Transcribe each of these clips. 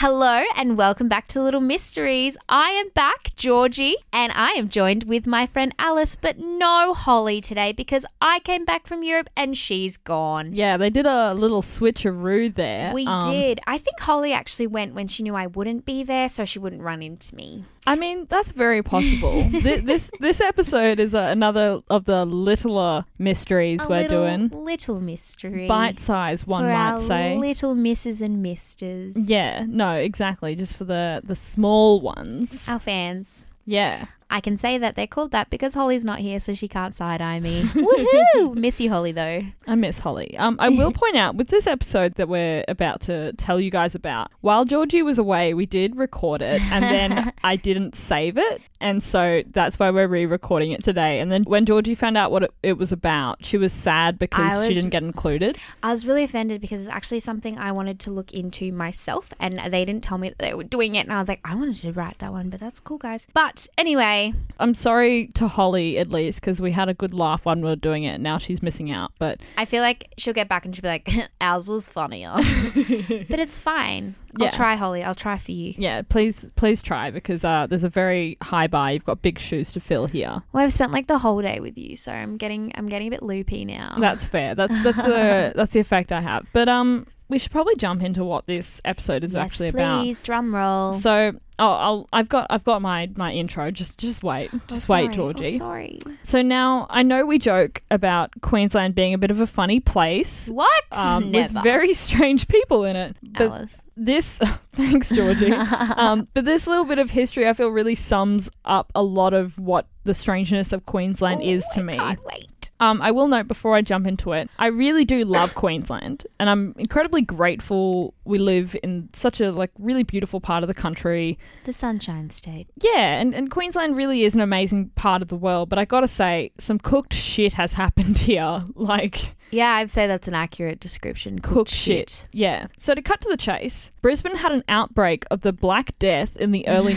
Hello and welcome back to Little Mysteries. I am back, Georgie, and I am joined with my friend Alice, but no Holly today because I came back from Europe and she's gone. Yeah, they did a little switcheroo there. We Um, did. I think Holly actually went when she knew I wouldn't be there so she wouldn't run into me. I mean, that's very possible. Th- this this episode is uh, another of the littler mysteries A we're little- doing. Little mystery. Bite size, one for might our say. Little misses and misters. yeah, no, exactly. Just for the the small ones. Our fans. Yeah. I can say that they're called that because Holly's not here, so she can't side eye me. Woohoo! Miss you, Holly, though. I miss Holly. Um, I will point out with this episode that we're about to tell you guys about, while Georgie was away, we did record it and then I didn't save it. And so that's why we're re recording it today. And then when Georgie found out what it, it was about, she was sad because I she was- didn't get included. I was really offended because it's actually something I wanted to look into myself, and they didn't tell me that they were doing it. And I was like, I wanted to write that one, but that's cool, guys. But anyway, I'm sorry to Holly, at least, because we had a good laugh when we were doing it. Now she's missing out. But I feel like she'll get back and she'll be like, ours was funnier. but it's fine. Yeah. I'll try, Holly. I'll try for you. yeah, please, please try because uh, there's a very high bar. You've got big shoes to fill here. Well, I've spent like the whole day with you, so I'm getting I'm getting a bit loopy now. That's fair. That's that's the that's the effect I have. But um, we should probably jump into what this episode is yes, actually about. please, drum roll. So, oh, I'll, I've got I've got my my intro. Just just wait, just wait, Georgie. Oh, sorry. so now I know we joke about Queensland being a bit of a funny place. What? Um, with Never. very strange people in it, but Alice. this thanks georgie um, but this little bit of history i feel really sums up a lot of what the strangeness of queensland Oh is to me Can't wait. um, I will note before I jump into it, I really do love Queensland, and I'm incredibly grateful we live in such a like really beautiful part of the country. The Sunshine State. Yeah, and, and Queensland really is an amazing part of the world, but I gotta say, some cooked shit has happened here. Like Yeah, I'd say that's an accurate description. Cooked, cooked shit. Yeah. So to cut to the chase, Brisbane had an outbreak of the Black Death in the early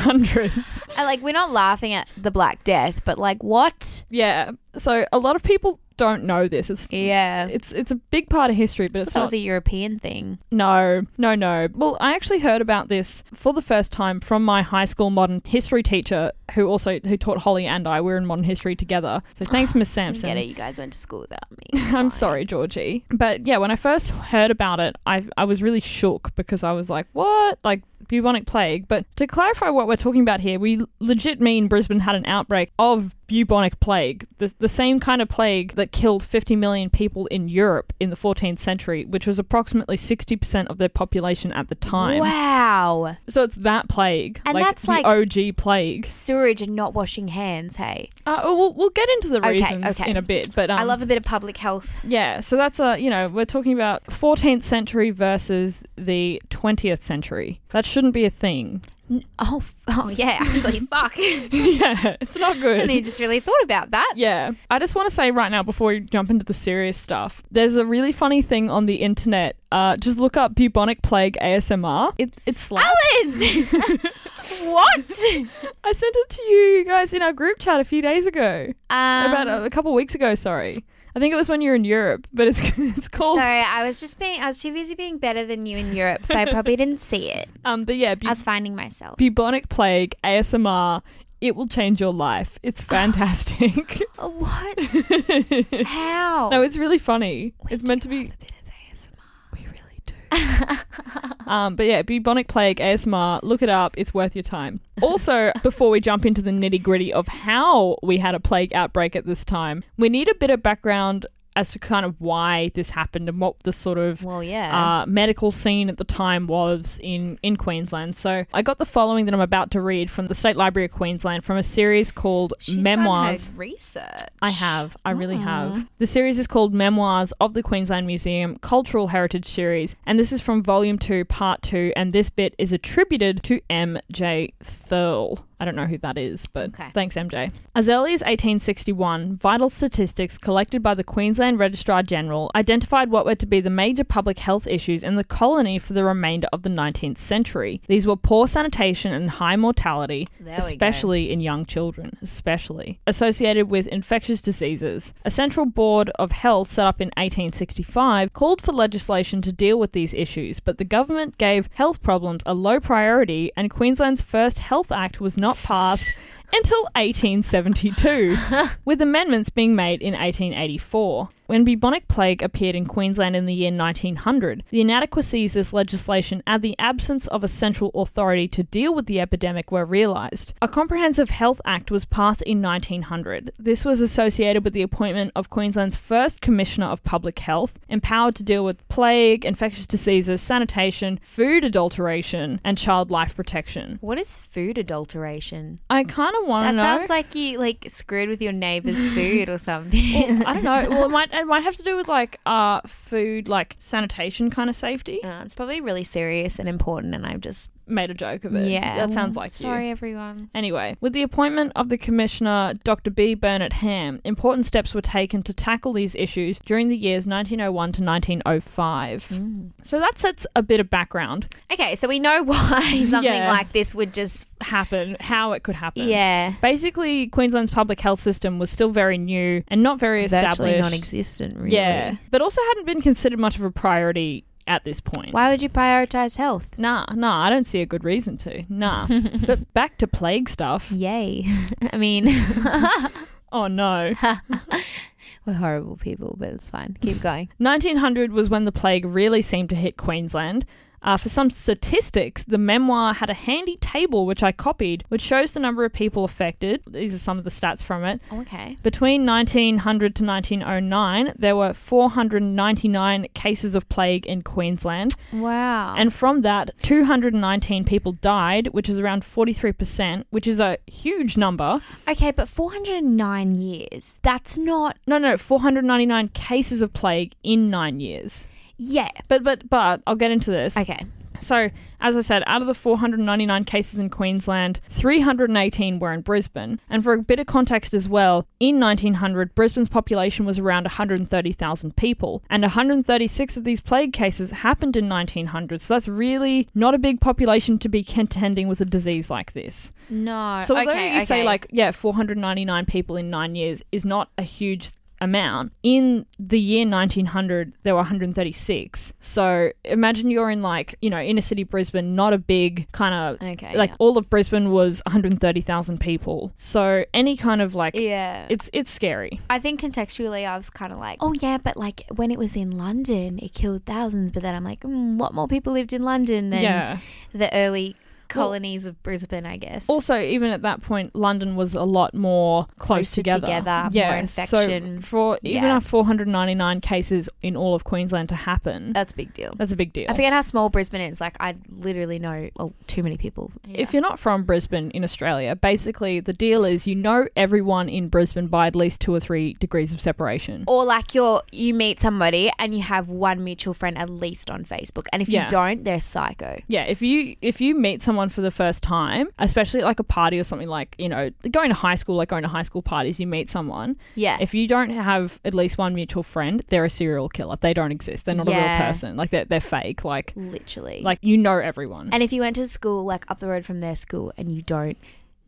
1900s. I, like we're not laughing at the Black Death, but like what? Yeah. So a lot of people don't know this. It's Yeah. it's it's a big part of history, but it's that not was a European thing. No, no, no. Well, I actually heard about this for the first time from my high school modern history teacher, who also who taught Holly and I. We were in modern history together. So thanks, Miss I Sampson. get it. You guys went to school without me. It's I'm fine. sorry, Georgie. But yeah, when I first heard about it, I I was really shook because I was like, what? Like bubonic plague. But to clarify what we're talking about here, we legit mean Brisbane had an outbreak of bubonic plague, the, the same kind of plague that killed 50 million people in Europe in the 14th century, which was approximately 60% of their population at the time. Wow. So it's that plague. And like that's the like- OG plague. Sewage and not washing hands. Hey, Uh, oh, we'll, we'll get into the Okay, reasons okay. in a bit. But um, I love a bit of public health. Yeah, so that's a, you know, we're talking about 14th century versus the 20th century. That shouldn't be a thing. N- Oh, f- oh yeah. Actually, fuck. And yeah, it's not good. you just really thought about that. yeah. I just want to say right now before we jump into the serious stuff, there's a really funny thing on the internet. Uh, just look up bubonic plague ASMR. It, it's slaps. Alice, what? I sent it to you guys in our group chat a few days ago. Um, about a, a couple weeks ago, sorry. I think it was when you were in Europe, but it's, it's called. Sorry, I was just being, I was too busy being better than you in Europe, so I probably didn't see it. Um, but yeah, bu- I was finding myself. bubonic plague ASMR. It will change your life. It's fantastic. Oh, what? no, How? it's really funny. it's meant to be. a bit of ASMR. We really do. um, but yeah, bubonic plague ASMR. Look it up. It's worth your time. Also, before we jump into the nitty gritty of how we had a plague outbreak at this time, we need a bit of background as to kind of why this happened and what the sort of Well, yeah. uh, medical scene at the time was in, in Queensland. So I got the following that I'm about to read from the State Library of Queensland from a series called She's Memoirs. Done her research. I have. I really have. The series is called Memoirs of the Queensland Museum Cultural Heritage Series, and this is from Volume 2, Part 2, and this bit is attributed to M.J. Thurl. I don't know who that is, but Okay. thanks, MJ. As early as 1861, vital statistics collected by the Queensland Registrar General identified what were to be the major public health issues in the colony for the remainder of the 19th century. These were poor sanitation and high mortality, There we go. especially in young children, especially associated with infectious diseases. A central board of health set up in 1865 called for legislation to deal with these issues, but the government gave health problems a low priority and Queensland's first health act was not passed until 1872, with amendments being made in 1884. When bubonic plague appeared in Queensland in the year 1900, the inadequacies of this legislation and the absence of a central authority to deal with the epidemic were realised. A Comprehensive Health Act was passed in 1900. This was associated with the appointment of Queensland's first Commissioner of Public Health, empowered to deal with plague, infectious diseases, sanitation, food adulteration, and child life protection. What is food adulteration? I kind of want That to know. sounds like you like screwed with your neighbor's food or something. I don't know. Well, it might it might have to do with like uh food, like sanitation kind of safety. Uh, it's probably really serious and important, and I'm just Made a joke of it. yeah. that sounds like you. sorry, everyone. Anyway, with the appointment of the Commissioner Dr. B. Burnett Ham, important steps were taken to tackle these issues during the years 1901 to 1905. Mm. So that sets a bit of background Okay, so we know why something Yeah. like this would just uh, happen, how it could happen. yeah, Basically, Queensland's public health system was still very new and not very virtually established. non-existent. Really. yeah, but also hadn't been considered much of a priority at this point. Why would you prioritize health? Nah, nah, I don't see a good reason to. Nah. but back to plague stuff. Yay. I mean, Oh no. we're horrible people, but it's fine. Keep going. 1900 was when the plague really seemed to hit Queensland. Uh, for some statistics, the memoir had a handy table which I copied, which shows the number of people affected. These are some of the stats from it. Oh, Okay. Between 1900 to 1909, there were 499 cases of plague in Queensland. Wow. And from that, 219 people died, which is around 43%, which is a huge number. okay, but 409 years. That's not. No, no, 499 cases of plague in nine years. Yeah. But, but, but, I'll get into this. Okay. So, as I said, out of the 499 cases in Queensland, 318 were in Brisbane. And for a bit of context as well, in 1900, Brisbane's population was around 130,000 people. And 136 of these plague cases happened in 1900. So, that's really not a big population to be contending with a disease like this. No. So although okay, you say okay. like yeah, 499 people in nine years is not a huge amount. In the year 1900, there were 136. So imagine you're in like you know inner city Brisbane, not a big kind of Okay. like yeah. all of Brisbane was 130,000 people. So any kind of like Yeah. it's it's scary. I think contextually, I was kind of like, oh, yeah, but like when it was in London, it killed thousands. But then I'm like, mm, a lot more people lived in London than yeah. the early colonies of Brisbane, I guess. Also, even at that point, London was a lot more close Closer together. together, more infection. So for even Yeah. our 499 cases in all of Queensland to happen, That's a big deal. that's a big deal. I forget how small Brisbane is. Like, I literally know well, too many people. If you're not from Brisbane in Australia, basically the deal is you know everyone in Brisbane by at least two or three degrees of separation. or like you're you meet somebody and you have one mutual friend at least on Facebook, and if Yeah. you don't, they're psycho. Yeah, if you if you meet someone for the first time, especially at like a party or something like, you know, going to high school, like going to high school parties, you meet someone. Yeah, If you don't have at least one mutual friend, they're a serial killer. They don't exist. They're not a Yeah. real person. Like they're they're fake. Like literally. like you know everyone. and if you went to school like up the road from their school and you don't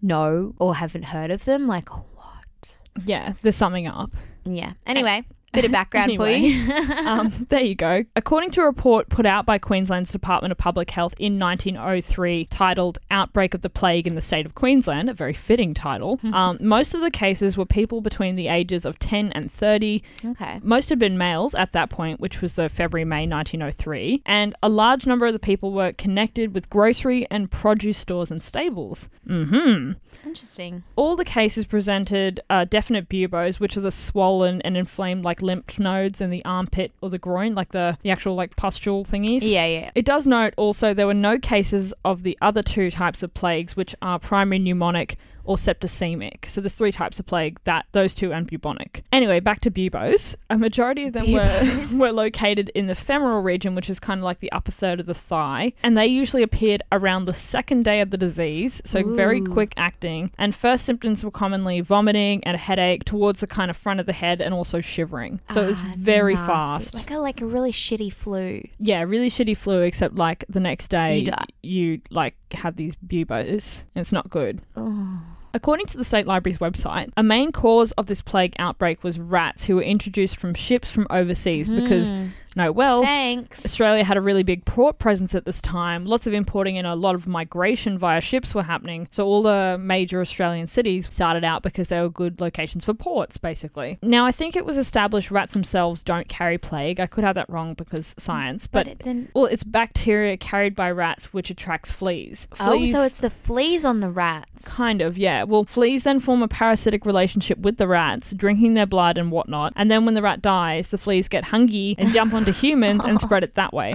know or haven't heard of them, like what? Yeah, there's something up. Yeah. Anyway, bit of background for you. um, there you go. According to a report put out by Queensland's Department of Public Health in 1903, titled Outbreak of the Plague in the State of Queensland, a very fitting title, um, most of the cases were people between the ages of 10 and 30. okay. Most had been males at that point, which was the February, May 1903, and a large number of the people were connected with grocery and produce stores and stables. hmm Interesting. all the cases presented uh, definite buboes, which are the swollen and inflamed like lymph nodes in the armpit or the groin, like the, the actual like pustule thingies. Yeah, yeah. It does note also there were no cases of the other two types of plagues, which are primary pneumonic or septicemic. So there's three types of plague: that, those two, and bubonic. Anyway, back to buboes. A majority of them Buboes. were were located in the femoral region, which is kind of like the upper third of the thigh, and they usually appeared around the second day of the disease. So very Ooh. quick acting. And first symptoms were commonly vomiting and a headache towards the kind of front of the head, and also shivering. So it was Ah, very nasty. fast. Like a like a really shitty flu. Yeah, really shitty flu, except like the next day You die. you like have these buboes. and It's not good. Oh. According to the State Library's website, a main cause of this plague outbreak was rats who were introduced from ships from overseas because Mm. no well thanks. Australia had a really big port presence at this time. Lots of importing and a lot of migration via ships were happening. So all the major Australian cities started out because they were good locations for ports, basically. Now I think it was established rats themselves don't carry plague. I could have that wrong because science, but, but it then well, it's bacteria carried by rats, which attracts fleas. Fleas, oh, so it's the fleas on the rats. kind of yeah. Well, fleas then form a parasitic relationship with the rats, drinking their blood and whatnot. And then when the rat dies, the fleas get hungry and jump onto humans and spread it that way.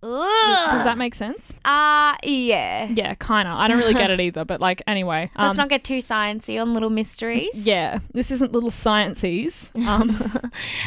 Does Ugh. that make sense? Ah, yeah. Yeah, kinda. I don't really get it either, but like anyway. Let's not get too sciencey on little mysteries. Um, yeah, this isn't little sciences. Um,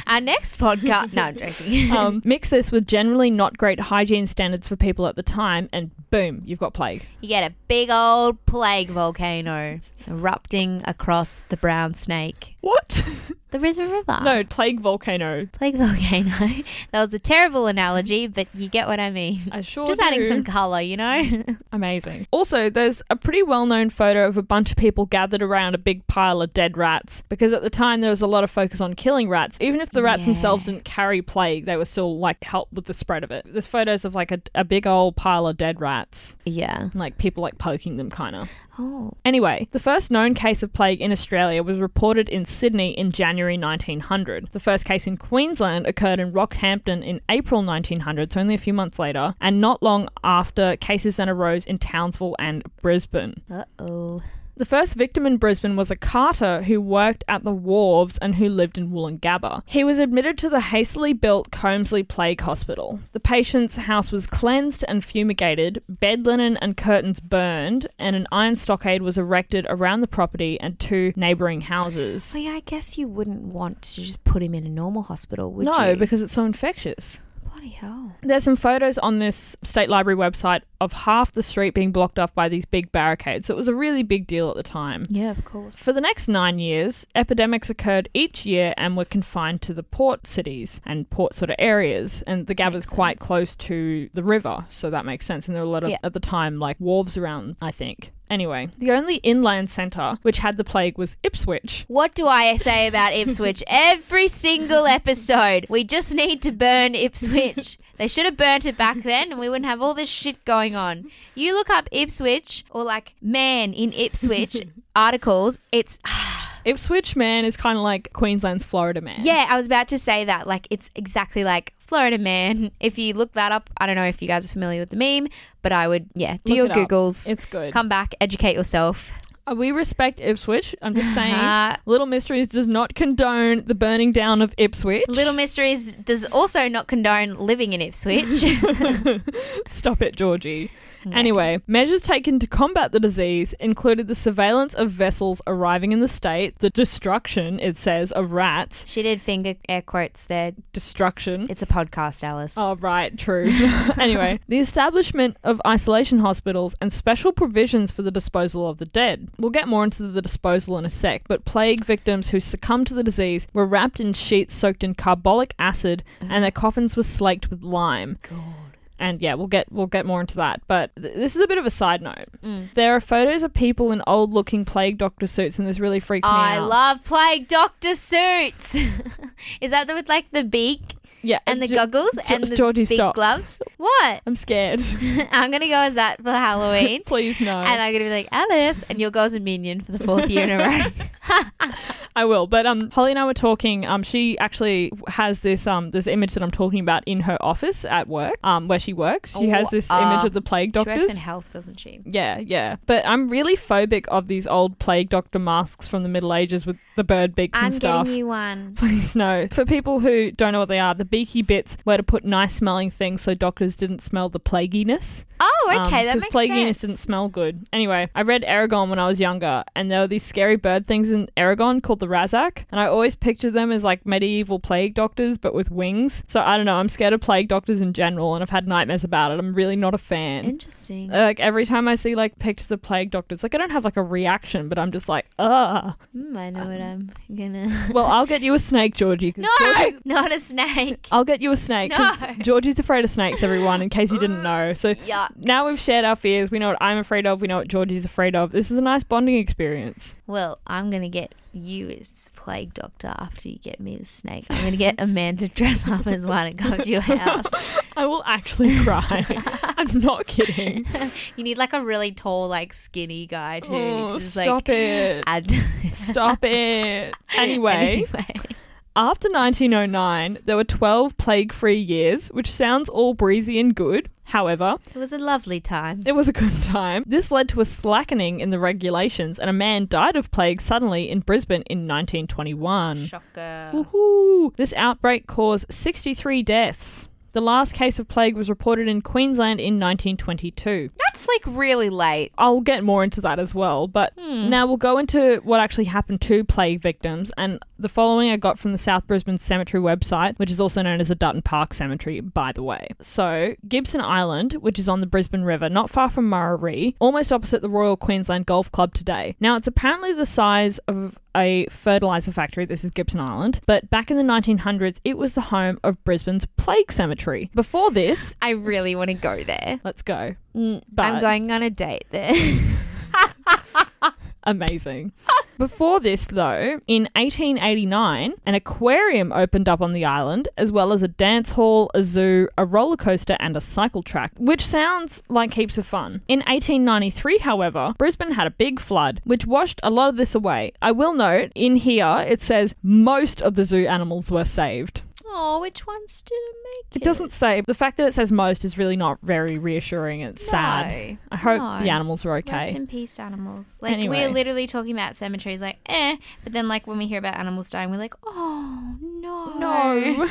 Our next podcast. no, I'm joking. um, mix this with generally not great hygiene standards for people at the time, and boom, you've got plague. You get a big old plague volcano erupting across the brown snake. What? The Rizma River. no, plague volcano. Plague volcano. that was a terrible analogy, but you get what I mean. I sure Just adding do. some colour, you know? Amazing. Also, there's a pretty well known photo of a bunch of people gathered around a big pile of dead rats because at the time there was a lot of focus on killing rats. Even if the rats Yeah. themselves didn't carry plague, they were still like help with the spread of it. There's photos of like a, a big old pile of dead rats, yeah. and, like people like poking them kind of. Oh. Anyway, the first known case of plague in Australia was reported in Sydney in January 1900. The first case in Queensland occurred in Rockhampton in April 1900, so only a few months later, and not long after, cases then arose in Townsville and Brisbane. Uh oh. The first victim in Brisbane was a carter who worked at the wharves and who lived in Woolloongabba. He was admitted to the hastily built Combsley Plague Hospital. The patient's house was cleansed and fumigated, bed linen and curtains burned, and an iron stockade was erected around the property and two neighbouring houses. So, yeah, I guess you wouldn't want to just put him in a normal hospital, would no, you? because it's so infectious. Bloody hell. There's some photos on this state library website of half the street being blocked off by these big barricades. So it was a really big deal at the time. Yeah, of course. For the next nine years, epidemics occurred each year and were confined to the port cities and port sort of areas. And the Gabba's Makes quite sense. close to the river, so that makes sense. And there were a lot of, Yeah. at the time, like wharves around, I think. Anyway, the only inland centre which had the plague was Ipswich. What do I say about Ipswich every single episode? We just need to burn Ipswich. They should have burnt it back then and we wouldn't have all this shit going on. You look up Ipswich or like man in Ipswich articles, it's Ipswich man is kind of like Queensland's Florida man. Yeah, I was about to say that. Like, it's exactly like Florida Man. If you look that up, I don't know if you guys are familiar with the meme, but I would, yeah, do Look your it up. Googles. It's good. Come back, educate yourself. Uh, We respect Ipswich. I'm just saying. Uh, Little Mysteries does not condone the burning down of Ipswich. Little Mysteries does also not condone living in Ipswich. Stop it, Georgie. Anyway, measures taken to combat the disease included the surveillance of vessels arriving in the state, the destruction, it says, of rats. she did finger air quotes there. Destruction. It's a podcast, Alice. Mm. Oh, right, true. anyway, the establishment of isolation hospitals and special provisions for the disposal of the dead. We'll get more into the disposal in a sec, but plague victims who succumbed to the disease were wrapped in sheets soaked in carbolic acid and their coffins were slaked with lime. God. and yeah, we'll get we'll get more into that. But th- this is a bit of a side note. Mm. There are photos of people in old-looking plague doctor suits, and this really freaks me I out. love Plague Doctor Suits. Is that the, with like the beak yeah, and the Ge- goggles Ge- and the Georgie, big stop. gloves? What? I'm scared. I'm going to go as that for Halloween. Please no. uh, And I'm going to be like, Alice, and you'll go as a minion for the fourth year in a row. I will. But um, Holly and I were talking. Um, she actually has this um this image that I'm talking about in her office at work. Um, where she works, she has Oh, this uh, image of the plague doctors. She works in health, doesn't she? Yeah, yeah. But I'm really phobic of these old plague doctor masks from the Middle Ages with the bird beaks I'm and stuff. getting you one. Please no. For people who don't know what they are, the beaky bits were to put nice smelling things so doctors didn't smell the plaguiness. Oh, okay, Um, that makes plaguiness sense. didn't smell good. Anyway, I read Aragon when I was younger, and there were these scary bird things in Aragon called the Razak, and I always pictured them as like medieval plague doctors but with wings. So I don't know. I'm scared of plague doctors in general, and I've had nightmares about it. I'm really not a fan. Interesting. Uh, Like every time I see like pictures of plague doctors, like I don't have like a reaction, but I'm just like, ugh. Hmm, I know what um, I'm gonna. Well, I'll get you a snake, Georgie. 'cause No, Georgie- not a snake. I'll get you a snake. 'cause No. Georgie's afraid of snakes, everyone, in case you didn't know. So Yuck. now we've shared our fears. We know what I'm afraid of. We know what Georgie's afraid of. This is a nice bonding experience. Well, I'm gonna get you as plague doctor after you get me the snake. I'm gonna get Amanda to dress up as one and come to your house. I will actually cry. I'm not kidding. You need like a really tall, like skinny guy too. Oh, to just like stop it. add. Stop it. Anyway. anyway. After 1909, there were 12 plague free years, which sounds all breezy and good. However, It was a lovely time. it was a good time. This led to a slackening in the regulations, and a man died of plague suddenly in Brisbane in 1921. Shocker. Woohoo! This outbreak caused 63 deaths. The last case of plague was reported in Queensland in 1922. That's like really late. I'll get more into that as well, but now we'll go into what actually happened to plague victims. And the following I got from the South Brisbane Cemetery website, which is also known as the Dutton Park Cemetery, by the way. So, Gibson Island, which is on the Brisbane River, not far from Murarrie, almost opposite the Royal Queensland Golf Club today. Now, it's apparently the size of a fertilizer factory. This is Gibson Island, but back in the 1900s, it was the home of Brisbane's plague cemetery. Before this, I really want to go there. let's go. Mm, I'm But- going on a date there. Amazing. Before this, though, in 1889, an aquarium opened up on the island, as well as a dance hall, a zoo, a roller coaster, and a cycle track, which sounds like heaps of fun. In 1893, however, Brisbane had a big flood, which washed a lot of this away. I will note in here it says most of the zoo animals were saved. oh, which ones didn't make it? It doesn't say. The fact that it says most is really not very reassuring. It's sad. I hope no. the animals were Rest okay. in peace, animals. Like Anyway. we're literally talking about cemeteries, like eh, but then like when we hear about animals dying, we're like, oh no, No.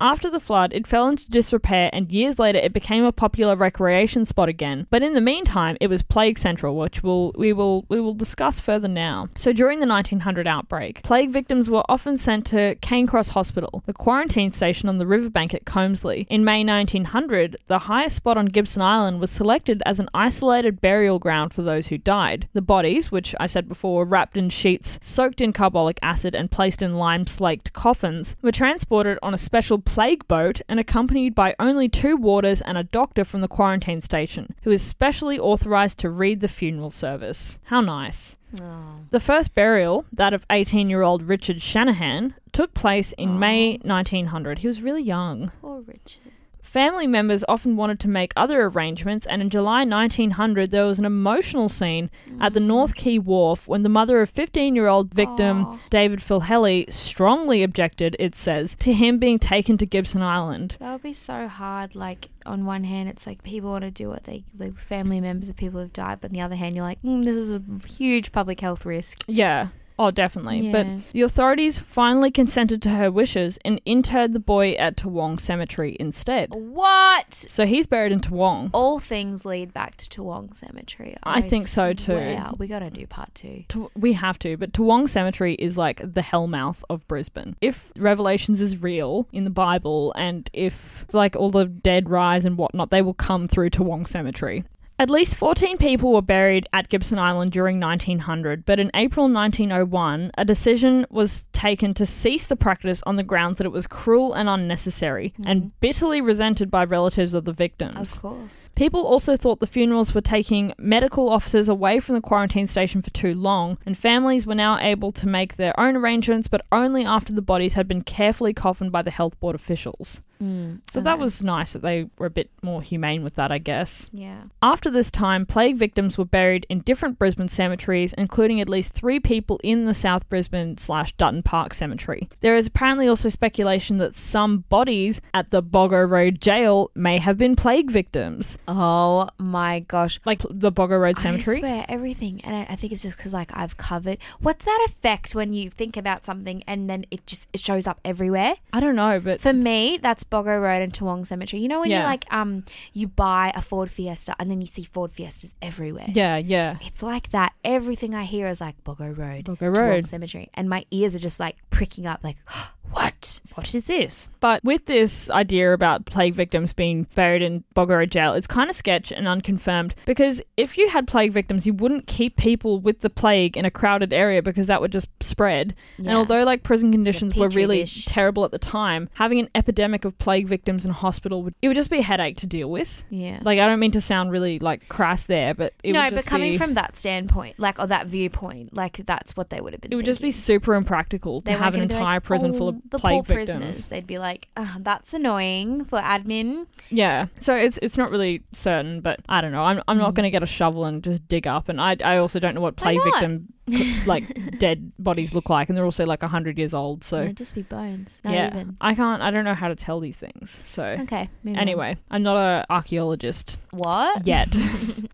After the flood, it fell into disrepair, and years later, it became a popular recreation spot again. But in the meantime, it was plague central, which we'll, we will we will discuss further now. So during the 1900 outbreak, plague victims were often sent to Cane Cross Hospital, the quarantine station on the riverbank at Combsley. In May 1900, the highest spot on Gibson Island was selected as an isolated burial ground for those who died. The bodies, which I said before were wrapped in sheets, soaked in carbolic acid, and placed in lime slaked coffins, were transported on a special plague boat and accompanied by only two warders and a doctor from the quarantine station, who is specially authorized to read the funeral service. How nice. Oh. The first burial, that of 18 year old Richard Shanahan, took place in May 1900. He was really young. Poor Richard. Family members often wanted to make other arrangements, and in July 1900, there was an emotional scene at the North Quay Wharf when the mother of 15 year old victim Aw. David Philhelley strongly objected, it says, to him being taken to Gibson Island. That would be so hard. Like on one hand, it's like people want to do what they like. Family members of people who've died, but on the other hand, you're like, mm, this is a huge public health risk. Yeah. Oh, definitely. But Yeah. the authorities finally consented to her wishes and interred the boy at Toowong Cemetery instead. Oh. What? So he's buried in Toowong. All things lead back to Toowong Cemetery. I think so too. Wow, we gotta do part two. To- we have to, but Toowong Cemetery is like the hellmouth of Brisbane. If Revelations is real in the Bible, and if like all the dead rise and whatnot, they will come through Toowong Cemetery. At least 14 people were buried at Gibson Island during 1900, but in April 1901, a decision was taken to cease the practice on the grounds that it was cruel and unnecessary, and bitterly resented by relatives of the victims. Of course. People also thought the funerals were taking medical officers away from the quarantine station for too long, and families were now able to make their own arrangements, but only after the bodies had been carefully coffined by the health board officials. Mm, So I that know. was nice that they were a bit more humane with that, I guess. Yeah. After this time, plague victims were buried in different Brisbane cemeteries, including at least three people in the South Brisbane slash Dutton Park Cemetery. There is apparently also speculation that some bodies at the Boggo Road Jail may have been plague victims, Oh my gosh. like the Boggo Road I Cemetery. swear everything, and I, I think it's just because like I've covered. What's that effect when you think about something and then it just it shows up everywhere? I, don't know, but For me, that's Boggo Road and Toowong Cemetery. You know when you Yeah. like um you buy a Ford Fiesta and then you see Ford Fiestas everywhere. yeah, yeah. It's like that. Everything I hear is like Boggo Road, Boggo Toowong Road. Cemetery, and my ears are just like pricking up, like what? What is this? But with this idea about plague victims being buried in Bogoro jail, it's kind of sketch and unconfirmed because if you had plague victims, you wouldn't keep people with the plague in a crowded area because that would just spread. Yeah. And although like prison conditions were Petri really dish. terrible at the time, having an epidemic of plague victims in hospital would it would just be a headache to deal with. Yeah. Like I don't mean to sound really like crass there, but it no, would just but coming be, from that standpoint, like or that viewpoint, like that's what they would have been. it would just be thinking. super impractical to They have an weren't gonna be entire like, prison "Oh, full of the plague poor prisoners. victims. They'd be like, "Ah, "That's annoying for admin." Yeah, so it's it's not really certain, but I don't know. I'm I'm not going to get a shovel and just dig up, and I I also don't know what Mm. Why plague victim like dead bodies look like, and they're also like hundred years old. So It'd just be bones. Not yeah, even. I can't. I don't know how to tell these things. So Okay. moving on. anyway, I'm not a archaeologist what? yet.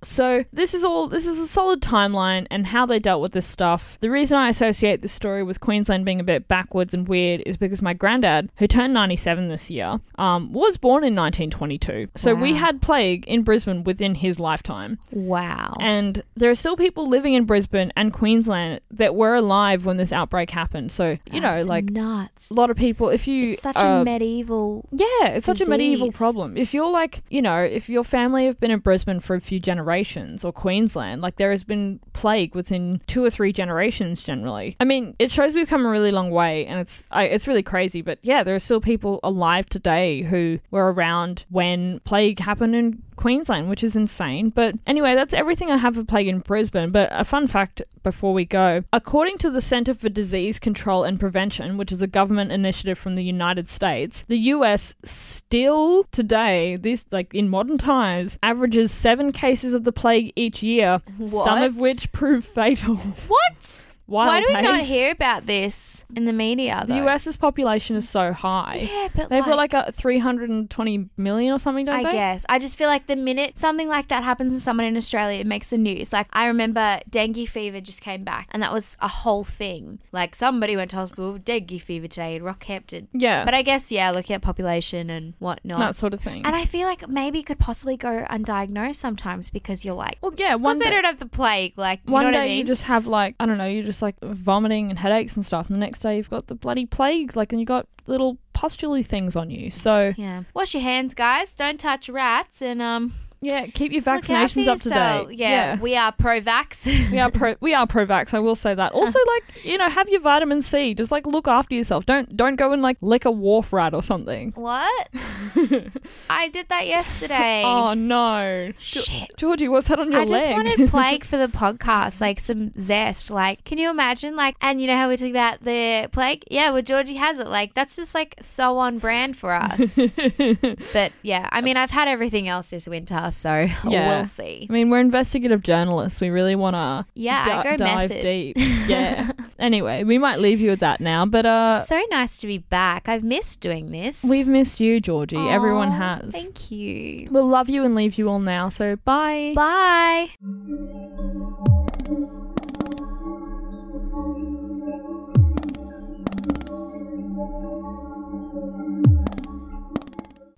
so this is all this is a solid timeline and how they dealt with this stuff. The reason I associate this story with Queensland being a bit backwards and weird is because my granddad, who turned 97 this year, um, was born in 1922. So we Wow. had plague in Brisbane within his lifetime. Wow. And there are still people living in Brisbane and Queensland that were alive when this outbreak happened. So, you know, That's like nuts. a lot of people if you It's such uh, a medieval. yeah, it's such a medieval disease. problem. If you're like, you know, if your family have been in Brisbane for a few generations or Queensland, like there has been plague within two or three generations generally. I mean, it shows we've come a really long way and it's I, it's really crazy, but yeah, there are still people alive today who were around when plague happened in Queensland, which is insane. But anyway, that's everything I have for plague in Brisbane. But a fun fact before we go according to the Center for Disease Control and Prevention, which is a government initiative from the United States, the US still today, this like in modern times, averages seven cases of the plague each year, some of What? which prove fatal. What? Wild Why do we hey? not hear about this in the media? The though? US's population is so high. Yeah, but They've like, got like a 320 million or something, don't I they? guess. I just feel like the minute something like that happens to someone in Australia, it makes the news. Like, I remember dengue fever just came back, and that was a whole thing. Like, somebody went to hospital with dengue fever today in Rockhampton. Yeah. But I guess, yeah, looking at population and whatnot. that sort of thing. and I feel like maybe it could possibly go undiagnosed sometimes because you're like, well, yeah, because one they day- don't have the plague. Like, you one know what day I mean? you just have like I don't know, you're just like vomiting and headaches and stuff. And the next day you've got the bloody plague, like, and you got little pustule things on you. So yeah. Wash your hands, guys. Don't touch rats. And, um, yeah, keep your look out for vaccinations up to yourself. date. Yeah, We are pro vax. we are pro we are pro vax. I will say that. Also, like you know, have your vitamin C. Just like look after yourself. Don't don't go and like lick a wharf rat or something. what? I did that yesterday. Oh no, Ge- Shit. Georgie, what's that on your I just leg? wanted plague for the podcast, like some zest. Like, can you imagine? Like, and you know how we talk about the plague? Yeah, well, Georgie has it. Like, that's just like so on brand for us. but yeah, I mean, I've had everything else this winter, so Yeah. we'll see. I mean, we're investigative journalists. We really want to Yeah, I go dive method. deep. Yeah. anyway, we might leave you with that now, but uh, so nice to be back. I've missed doing this. We've missed you, Georgie. Everyone Aw, has. Thank you. We'll love you and leave you all now. So bye. Bye.